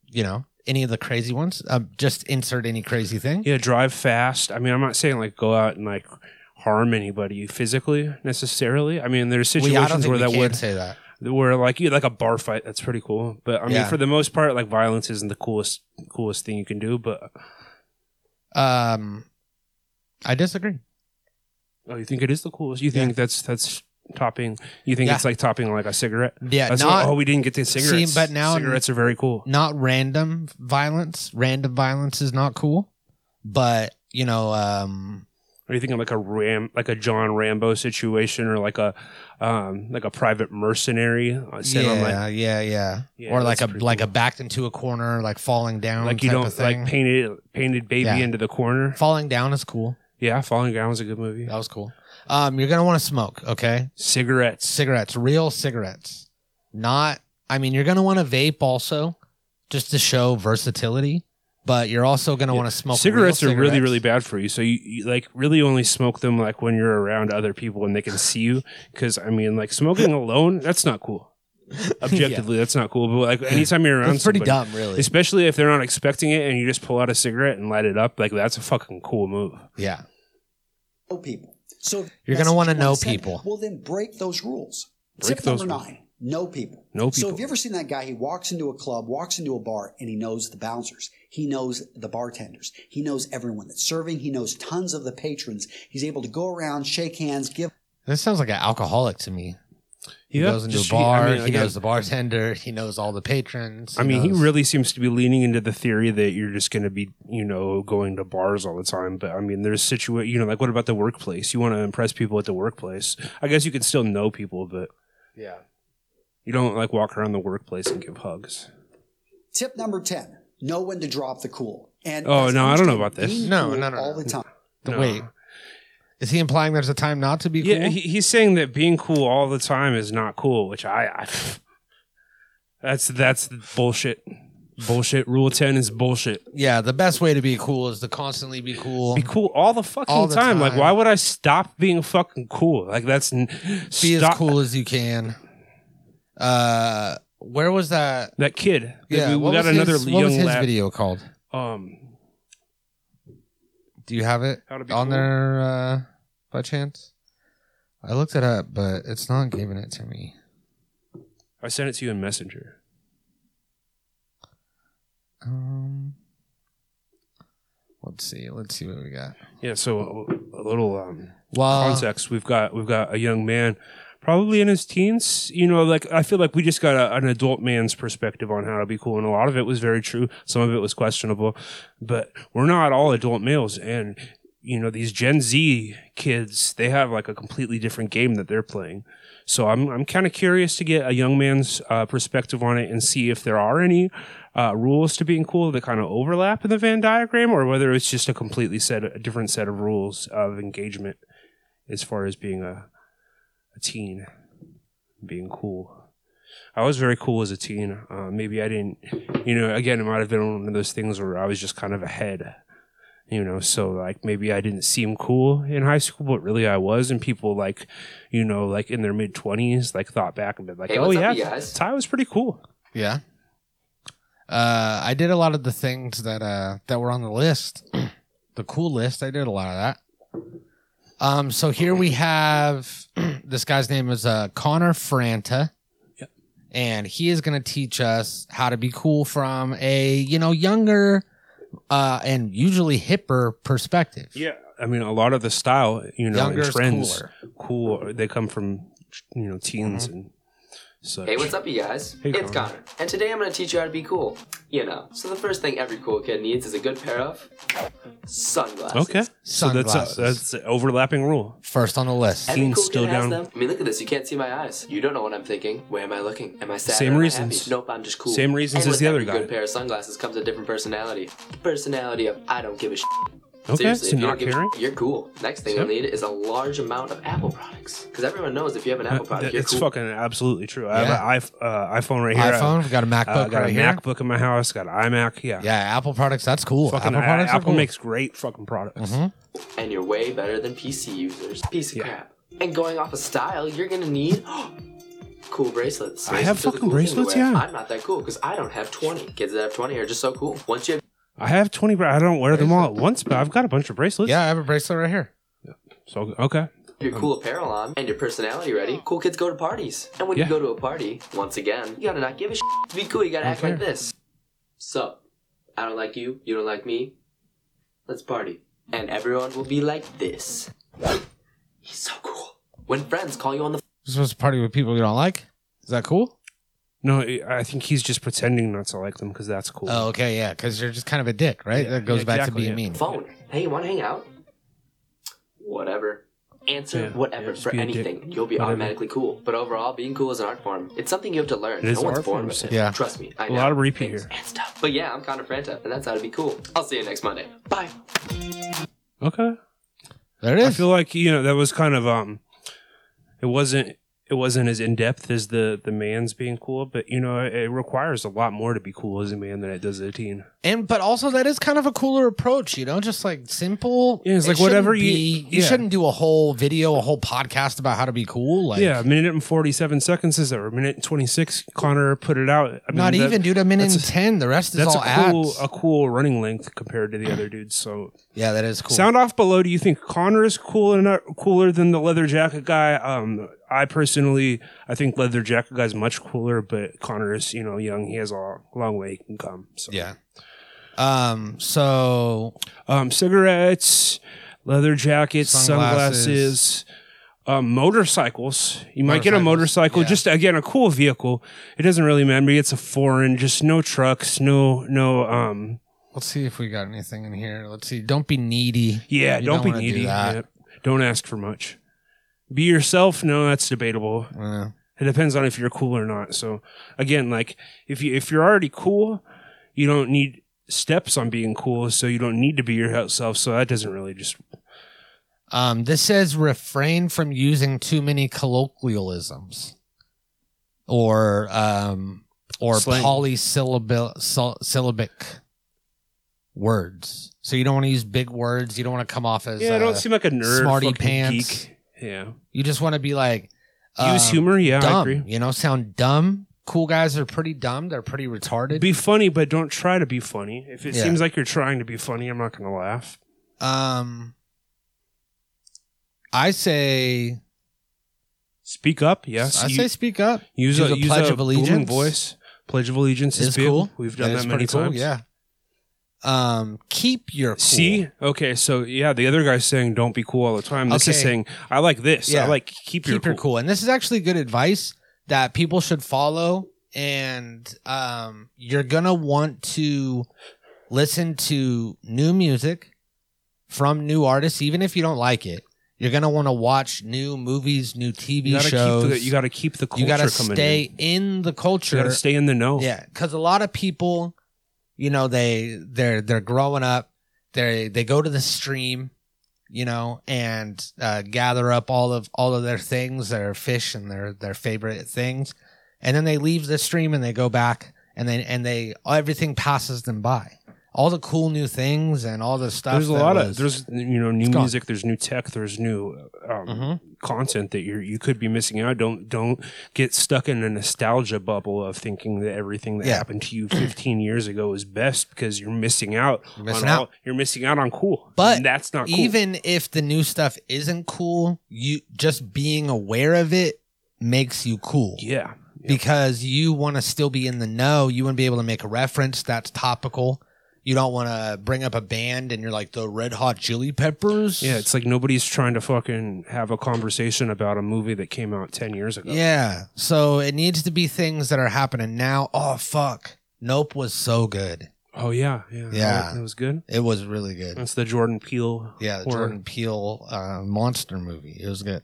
B: you know, any of the crazy ones. Um, just insert any crazy thing.
A: Yeah, drive fast. I mean, I'm not saying like go out and like harm anybody physically necessarily. I mean, there's
B: We- I don't
A: situations
B: think
A: where
B: we
A: that
B: can
A: would
B: say that.
A: where like you like a bar fight that's pretty cool but i mean
B: Yeah.
A: for the most part like violence isn't the coolest coolest thing you can do but
B: Um, I disagree.
A: Oh, you think it is the coolest? You think that's that's topping? You think
B: Yeah.
A: it's like topping like a cigarette?
B: Yeah,
A: That's
B: not
A: what, oh, we didn't get the cigarettes.
B: but now- Mm.
A: cigarettes are very cool.
B: not random violence. Random violence is not cool, but you know, um,
A: Are you thinking like a ram, like a John Rambo situation, or like a um, like a private mercenary? uh, sent on,
B: yeah, yeah, yeah,
A: Yeah,
B: or like a
A: that's pretty
B: like a
A: cool.
B: backed into a corner, like falling down,
A: like, like you
B: type
A: don't
B: of thing.
A: like painted painted baby
B: Yeah.
A: into the corner.
B: falling down is cool.
A: Yeah, Falling Down was a good movie.
B: That was cool. Um, you're gonna want to smoke, okay?
A: Cigarettes.
B: Cigarettes, real cigarettes, not. I mean, you're gonna want to vape also, just to show versatility. But you're also gonna
A: Yeah.
B: want to smoke. real
A: cigarettes are really
B: cigarettes.
A: really bad for you. So you, you like really only smoke them like when you're around other people and they can see you. Because I mean, like smoking alone, that's not cool. Objectively, that's not cool. But like anytime you're around,
B: It's pretty
A: somebody,
B: dumb, really.
A: Especially if they're not expecting it and you just pull out a cigarette and light it up, like that's a fucking cool move.
B: yeah.
D: know people. So if
B: You're
D: that's
B: gonna
D: what
B: wanna
D: you wanna
B: know
D: send,
B: people.
D: Well, then break those rules.
A: Break
D: Tip
A: those
D: number
A: rules.
D: nine: know people.
A: Know
D: So
A: people.
D: have you ever seen that guy? He walks into a club, walks into a bar, and he knows the bouncers. He knows the bartenders. He knows everyone that's serving. He knows tons of the patrons. He's able to go around, shake hands, give
B: This sounds like an alcoholic to me. He goes into
A: Just-
B: a bar. he
A: again-
B: knows the bartender. He knows all the patrons.
A: I mean, he
B: knows-
A: really seems to be leaning into the theory that you're just going to be, you know, going to bars all the time. But I mean, there's situa you know, like what about the workplace? You want to impress people at the workplace. I guess you can still know people, but
C: Yeah.
A: you don't like walk around the workplace and give hugs.
D: Tip number 10 know when to drop the cool. And
A: Oh,
D: that's
A: no, I don't know
D: understand
A: about this.
D: being
B: No,
D: cool
B: no, no,
D: All
B: no.
D: the time.
A: No.
B: Wait, is he implying there's a time not to be
A: Yeah,
B: cool?
A: he, he's saying that being cool all the time is not cool, which I, I that's that's bullshit. Bullshit. Rule ten is bullshit.
B: yeah, the best way to be cool is to constantly be cool.
A: Be cool all the fucking
B: All the
A: time. Like,
B: time.
A: why would I stop being fucking cool? Like, that's n-
B: Be
A: stop-
B: as cool as you can. Uh, where was that?
A: That kid.
B: Yeah,
A: we, we
B: what
A: got
B: was
A: another
B: his,
A: young
B: What was his
A: lad.
B: video called?
A: Um,
B: Do you have it
A: How to
B: on
A: be cool.
B: there uh, by chance? I looked it up, but it's not giving it to me.
A: I sent it to you in Messenger.
B: Um, let's see. Let's see what we got.
A: Yeah, so a, a little um,
B: Well,
A: context. We've got we've got a young man, probably in his teens. You know, like I feel like we just got a, an adult man's perspective on how to be cool, and a lot of it was very true. Some of it was questionable, but we're not all adult males, and you know these Gen Z kids, they have like a completely different game that they're playing. So I'm I'm kind of curious to get a young man's uh, perspective on it and see if there are any uh, rules to being cool that kind of overlap in the Venn diagram, or whether it's just a completely set a different set of rules of engagement as far as being a a teen, being cool. I was very cool as a teen. Uh, maybe I didn't, you know. Again, it might have been one of those things where I was just kind of ahead, you know. So like maybe I didn't seem cool in high school, but really I was. And people like, you know, like in their mid twenties, like thought back and been like,
F: Hey,
A: oh
F: what's up,
A: yeah,
F: you guys?"
A: Ty was pretty cool.
B: Yeah. Uh, I did a lot of the things that uh that were on the list, the cool list. I did a lot of that. Um, so here we have this guy's name is uh Connor Franta. And he is going to teach us how to be cool from a you know younger, uh, and usually hipper perspective.
A: Yeah, I mean, a lot of the style, you know,
B: younger
A: and
B: is
A: trends,
B: cooler.
A: cool. They come from, you know, teens and such.
F: Mm-hmm. Hey, what's up, you guys?
A: Hey,
F: it's
A: Connor.
F: Connor. And today I'm gonna teach you how to be cool. You know, so the first thing every cool kid needs is a good pair of sunglasses.
A: Okay, so that's
B: Sunglasses.
A: a, that's an overlapping rule.
B: First on the list.
F: Every
A: Scene's
F: cool
A: still
F: kid has
A: down.
F: them. I mean, look at this. You can't see my eyes. You don't know what I'm thinking. Where am I looking? Am I sad?
A: Same
F: or am I
A: reasons.
F: happy? Nope, I'm just cool.
A: Same reasons
F: and
A: as
F: with
A: the other
F: every
A: guy.
F: good pair of sunglasses comes a different personality. Personality of I don't give a shit.
A: Okay,
F: Seriously,
A: so
F: if you
A: not
F: don't give a
A: caring.
F: shit, you're cool. Next thing
A: Yep.
F: you'll need is a large amount of Apple products. Because everyone knows if you have an Apple
A: Uh,
F: product,
A: that-
F: you're
A: it's
F: cool.
A: fucking absolutely true. I have an uh, iPhone right here.
B: iPhone. Got a
A: I,
B: MacBook
A: uh, got
B: right
A: a
B: here.
A: MacBook in my house. Got an iMac. Yeah.
B: Yeah, Apple products. That's cool.
A: Fucking
B: Apple
A: I-
B: products. are
A: Apple
B: cool. Mm-hmm.
A: makes great fucking products.
F: and you're way better than PC users. Piece of
A: Yeah.
F: crap. And going off of style, you're gonna need cool bracelets.
A: I have
F: Bracelets are the
A: fucking
F: cool thing to
A: bracelets,
F: wear.
A: yeah.
F: I'm not that cool because I don't have 20. Kids that have 20 are just so cool. Once you have
A: I have twenty. bra- I don't wear them all at once, but I've got a bunch of bracelets.
B: Yeah, I have a bracelet right here.
A: So okay.
F: your cool apparel on and your personality ready, cool kids go to parties. And when
A: Yeah.
F: you go to a party, once again, you gotta not give a shit. To be cool, you gotta act like this. So, I don't like you. You don't like me. Let's party, and everyone will be like this. He's so cool. When friends call you on the
B: You're supposed to party with people you don't like. Is that cool?
A: No, I I think he's just pretending not to like them because that's cool.
B: Oh, okay, yeah, because you're just kind of a dick, right?
A: Yeah,
B: that goes
A: yeah,
B: back
A: exactly,
B: to
A: yeah.
B: being mean.
F: phone. Hey, you want to hang out? Whatever. Answer
A: Yeah, yeah,
F: whatever
A: just
F: for
A: be a dick.
F: anything. You'll be
A: Whatever.
F: automatically cool. But overall, being cool is an art form. It's something you have to learn.
A: It is
F: no
A: an
F: one's
A: art
F: born
A: form,
F: with
A: so-
F: it.
B: Yeah.
F: Trust me. I
A: A
F: know.
A: lot of repeat
F: Things
A: here.
F: And stuff. But yeah, I'm Connor Franta, and that's how to be cool. I'll see you next Monday. Bye.
A: Okay.
B: There it
A: I
B: is.
A: feel like you know that was kind of um, it wasn't it wasn't as in depth as the the man's being cool, but you know it, it requires a lot more to be cool as a man than it does as a teen.
B: and but also that is kind of a cooler approach, you know, just like simple.
A: Yeah, it's
B: It
A: like whatever
B: shouldn't
A: you-
B: be- you
A: yeah.
B: shouldn't do a whole video, a whole podcast about how to be cool. Like,
A: yeah, a minute and forty seven seconds is or a minute and twenty six. Connor put it out. I mean,
B: not
A: that-
B: even dude. A minute
A: that's
B: and
A: a-
B: ten. The rest is
A: That's a
B: all ads.
A: cool uh, a cool running length compared to the other dudes. So
B: yeah, that is cool.
A: Sound off below. Do you think Connor is cool and cooler than the leather jacket guy? Um, I personally, I think leather jacket guy's much cooler, but Connor is, you know, young. He has a long way he can come. So.
B: yeah. Um. So
A: Um, cigarettes, leather jackets,
B: Sunglasses.
A: sunglasses, um, motorcycles. You might get a motorcycle.
B: yeah.
A: Just again, a cool vehicle. It doesn't really matter. It's a foreign. Just no trucks. No, no. Um,
B: let's see if we got anything in here. Let's see. Don't be needy.
A: yeah.
B: You
A: Don't,
B: don't
A: be
B: wanna do
A: needy.
B: that.
A: Yep. Don't ask for much. Be yourself. No, that's debatable.
B: Uh,
A: It depends on if you're cool or not. So again, like if you if you're already cool, you don't need steps on being cool, so you don't need to be yourself. So that doesn't really just
B: Um, this says refrain from using too many colloquialisms or um or
A: Slang.
B: polysyllabic syl- syllabic words. So you don't want to use big words. You don't want to come off as
A: yeah. I
B: uh,
A: don't seem like a nerd,
B: smarty
A: fucking
B: pants.
A: geek. Yeah,
B: you just want to be like
A: use
B: um,
A: humor. Yeah, I
B: Dumb,
A: agree.
B: you know, sound dumb. Cool guys are pretty dumb. They're pretty retarded.
A: Be funny, but don't try to be funny. If it
B: Yeah.
A: seems like you're trying to be funny, I'm not going to laugh.
B: um, I say,
A: Speak up. Yes,
B: I
A: You-
B: say, speak up.
A: use,
B: use
A: a,
B: a
A: use
B: Pledge
A: a
B: of
A: booming
B: Allegiance.
A: voice. Pledge of allegiance is,
B: It's
A: big.
B: cool.
A: We've done that,
B: is
A: many
B: pretty cool,
A: times.
B: Yeah. Um, keep your cool.
A: See, okay, so yeah, the other guy's saying don't be cool all the time. This is
B: Okay.
A: saying I like this.
B: Yeah.
A: I like keep,
B: keep your cool. And this is actually good advice that people should follow. And um, you're gonna want to listen to new music from new artists, even if you don't like it. You're gonna want to watch new movies, new TV
A: You gotta
B: shows.
A: keep the you gotta keep the culture
B: You gotta
A: coming
B: stay
A: in.
B: in the
A: You
B: culture.
A: gotta stay in the know.
B: Yeah, because a lot of people, you know, they they're they're growing up. They they go to the stream. you know, and uh, gather up all of all of their things, their fish and their their favorite things, and then they leave the stream and they go back and then and they everything passes them by. All the cool new things and all the stuff.
A: There's a
B: that
A: lot of
B: was-
A: there's you know new
B: gone.
A: music, there's new tech, there's new um,
B: Mhm.
A: content that you you could be missing out. Don't don't get stuck in a nostalgia bubble of thinking that everything that
B: Yeah.
A: happened to you 15 years ago is best because you're missing out.
B: You're missing
A: on
B: out.
A: All, you're missing out on cool.
B: But
A: And that's not cool.
B: even if the new stuff isn't cool, you just being aware of it makes you cool.
A: yeah.
B: because you want to still be in the know. You want to be able to make a reference that's topical. You don't want to bring up a band and you're like the Red Hot Chili Peppers.
A: Yeah, it's like nobody's trying to fucking have a conversation about a movie that came out 10 years ago.
B: yeah. So it needs to be things that are happening now. Oh fuck, Nope was so good.
A: Oh yeah, yeah.
B: Yeah.
A: That was good.
B: It was really good.
A: That's the Jordan Peele.
B: Yeah, the
A: horror.
B: Jordan Peele uh, monster movie. It was good.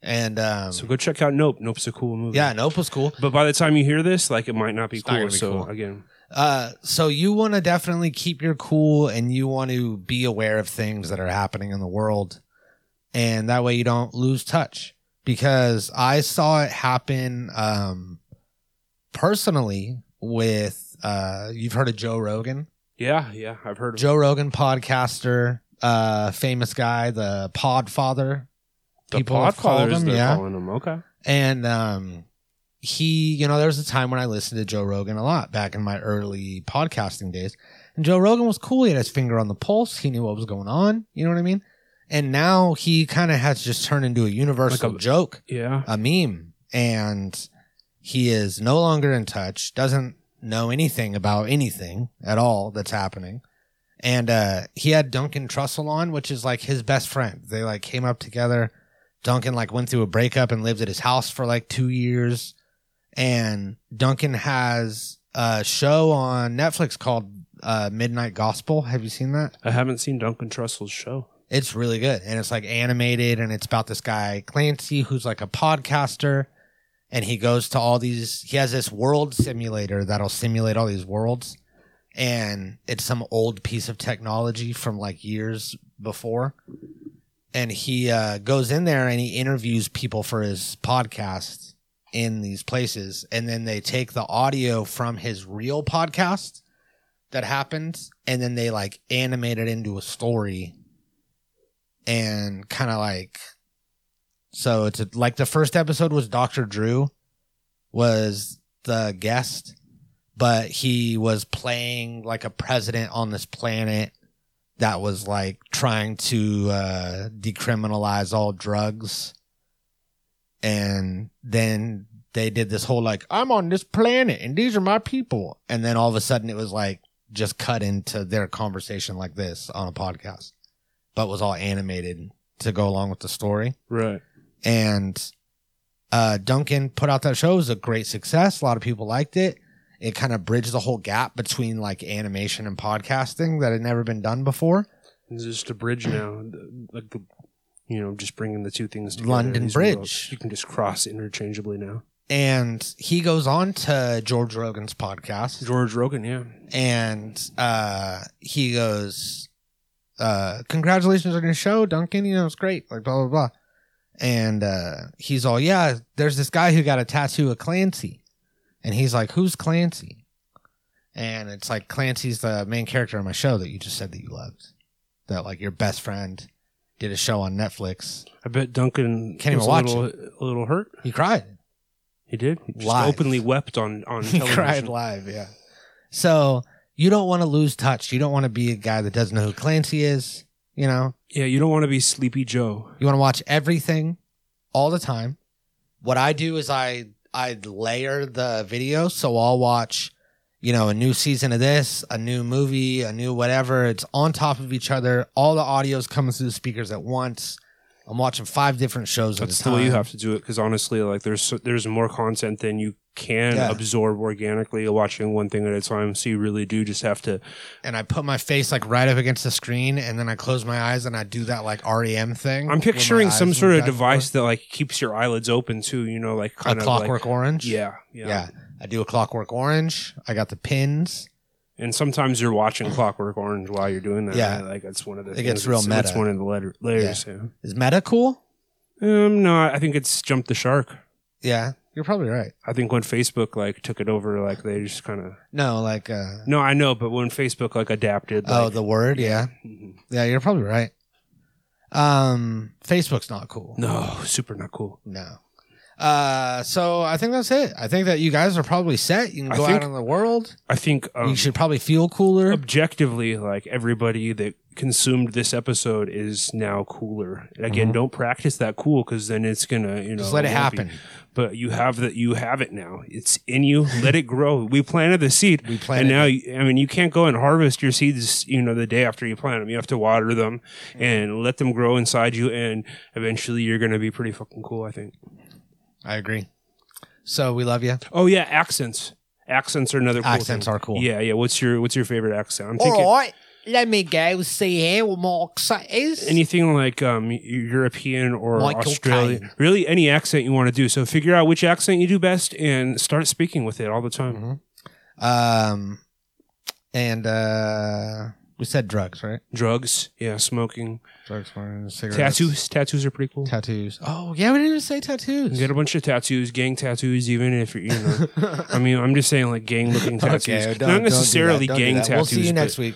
B: And um,
A: So go check out Nope. Nope's a cool movie.
B: yeah, Nope was cool.
A: But by the time you hear this, like it might not be
B: It's not
A: cool.
B: gonna be
A: so
B: cool.
A: again,
B: Uh, so you want to definitely keep your cool and you want to be aware of things that are happening in the world. And that way you don't lose touch because I saw it happen, um, personally with, uh, you've heard of Joe Rogan,
A: yeah, yeah, I've heard of
B: Joe Rogan podcaster, uh, famous guy, the pod father.
A: the
B: people have called
A: Podfathers,
B: him,
A: they're
B: yeah.
A: calling him. Okay,
B: And, um, he, you know, there was a time when I listened to Joe Rogan a lot back in my early podcasting days. And Joe Rogan was cool. He had his finger on the pulse. He knew what was going on. You know what I mean? And now he kind of has just turned into a universal
A: Like a-
B: joke,
A: yeah,
B: a meme. And he is no longer in touch, doesn't know anything about anything at all that's happening. And uh, he had Duncan Trussell on, which is like his best friend. They like came up together. Duncan like went through a breakup and lived at his house for like two years. And Duncan has a show on Netflix called uh, Midnight Gospel. Have you seen that?
A: I haven't seen Duncan Trussell's show.
B: It's really good. And it's like animated and it's about this guy, Clancy, who's like a podcaster. And he goes to all these, he has this world simulator that'll simulate all these worlds. And it's some old piece of technology from like years before. And he uh, goes in there and he interviews people for his podcast in these places. And then they take the audio from his real podcast that happened and then they like animate it into a story and kind of like so it's a, like the first episode was Dr. Drew was the guest but he was playing like a president on this planet that was like trying to uh, decriminalize all drugs and then they did this whole like I'm on this planet and these are my people and then all of a sudden it was like just cut into their conversation like this on a podcast but was all animated to go along with the story.
A: Right.
B: And uh, Duncan put out that show. It was a great success. A lot of people liked it. It kind of bridged the whole gap between like animation and podcasting that had never been done before.
A: It's just a bridge now, the- like the, you know, just bringing the two things together.
B: London
A: These
B: Bridge.
A: worlds, You can just cross interchangeably now.
B: And he goes on to George Rogan's podcast.
A: George Rogan, yeah.
B: and uh, he goes, uh, "Congratulations on your show, Duncan. You know it's great." Like blah blah blah, and uh, he's all, "Yeah, there's this guy who got a tattoo of Clancy," and he's like, "Who's Clancy?" And it's like Clancy's the main character of my show that you just said that you loved, that like your best friend did a show on Netflix.
A: I bet Duncan
B: Can't even
A: was a
B: watch
A: little, a little hurt.
B: He cried.
A: He did. He just
B: Live.
A: openly wept on on
B: He
A: television.
B: cried live, yeah. So you don't want to lose touch. You don't want to be a guy that doesn't know who Clancy is. You know,
A: Yeah, you don't want to be Sleepy Joe.
B: You want to watch everything all the time. What I do is I I layer the video, so I'll watch, you know, a new season of this, a new movie, a new whatever. It's on top of each other. All the audio's coming through the speakers at once. I'm watching five different shows
A: That's
B: at a
A: the
B: time.
A: way you have to do it because honestly, like there's so- there's more content than you can
B: Yeah.
A: absorb organically watching one thing at a time. So you really do just have to.
B: and I put my face like right up against the screen, and then I close my eyes and I do that like REM thing.
A: I'm
B: where my
A: picturing some
B: eyes
A: sort
B: move
A: of
B: back and
A: device
B: forth.
A: that like keeps your eyelids open too. You know, like kind
B: a
A: of
B: Clockwork Orange.
A: Like, yeah, yeah,
B: Yeah. I do a Clockwork Orange. I got the pins.
A: And sometimes you're watching Clockwork Orange while you're doing that.
B: Yeah.
A: right? like that's one of the.
B: It gets
A: things.
B: real
A: It's-
B: meta.
A: It's one of the letter, layers. Yeah.
B: Is meta cool?
A: Um, no, I think it's jumped the shark.
B: Yeah, you're probably right.
A: I think when Facebook like took it over, like they just kind of.
B: No, like uh
A: No, I know, but when Facebook like adapted.
B: oh,
A: Like,
B: the word, yeah.
A: Mhm.
B: Yeah, you're probably right. Um Facebook's not cool.
A: No, super not cool.
B: No. Uh so I think that's it. I think that you guys are probably set. You
A: I
B: can go
A: think-
B: out in the world.
A: I think um,
B: you should probably feel cooler.
A: objectively, like everybody that consumed this episode is now cooler. Again, don't practice that cool because then it's gonna you know
B: Mm-hmm. Just let it
A: won't be.
B: happen.
A: But you have that you have it now. It's in you. Let it grow. We planted the seed.
B: We planted
A: And now you- I mean you can't go and harvest your seeds. You know the day after you plant them, you have to water them and let them grow inside you. And eventually you're gonna be pretty fucking cool. I think.
B: I agree. So we love you.
A: Oh yeah, accents. Accents are another cool
B: Accents
A: thing.
B: are cool.
A: Yeah, yeah. What's your what's your favorite accent? I'm thinking
B: right. Let me go see how my accent is.
A: anything like um, European or
B: Michael
A: Australian.
B: Caine.
A: Really, any accent you want to do. So figure out which accent you do best and start speaking with it all the
B: Mm-hmm.
A: time.
B: um and uh we said drugs, right?
A: Drugs, yeah, smoking,
B: Drugs, marijuana, cigarettes.
A: tattoos. Tattoos are pretty cool.
B: Tattoos. Oh, yeah, we didn't even say tattoos.
A: Get a bunch of tattoos, gang tattoos, even if you're, you know. I mean, I'm just saying like gang looking tattoos.
B: Okay, don't- don't do
A: Not
B: that,
A: necessarily
B: don't do
A: gang
B: that.
A: tattoos.
B: We'll see you
A: but
B: next week.